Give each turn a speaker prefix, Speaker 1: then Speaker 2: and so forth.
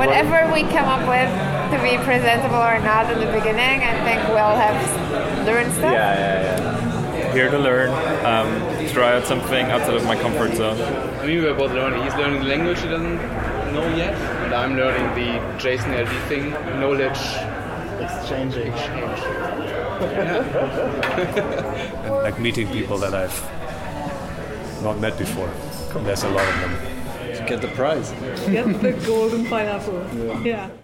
Speaker 1: whatever we come up with to be presentable or not in the beginning, I think we'll have learned
Speaker 2: Yeah,
Speaker 1: stuff.
Speaker 2: yeah,
Speaker 3: Here to learn, um, try out something outside of my comfort zone.
Speaker 4: I mean, we're both learning. He's learning the language he doesn't know yet, and I'm learning the JSON LD thing, knowledge
Speaker 5: Exchanging.
Speaker 4: exchange.
Speaker 6: and like meeting people that I've not met before. There's a lot of them.
Speaker 2: yeah. Get the prize.
Speaker 7: Get the golden pineapple. yeah.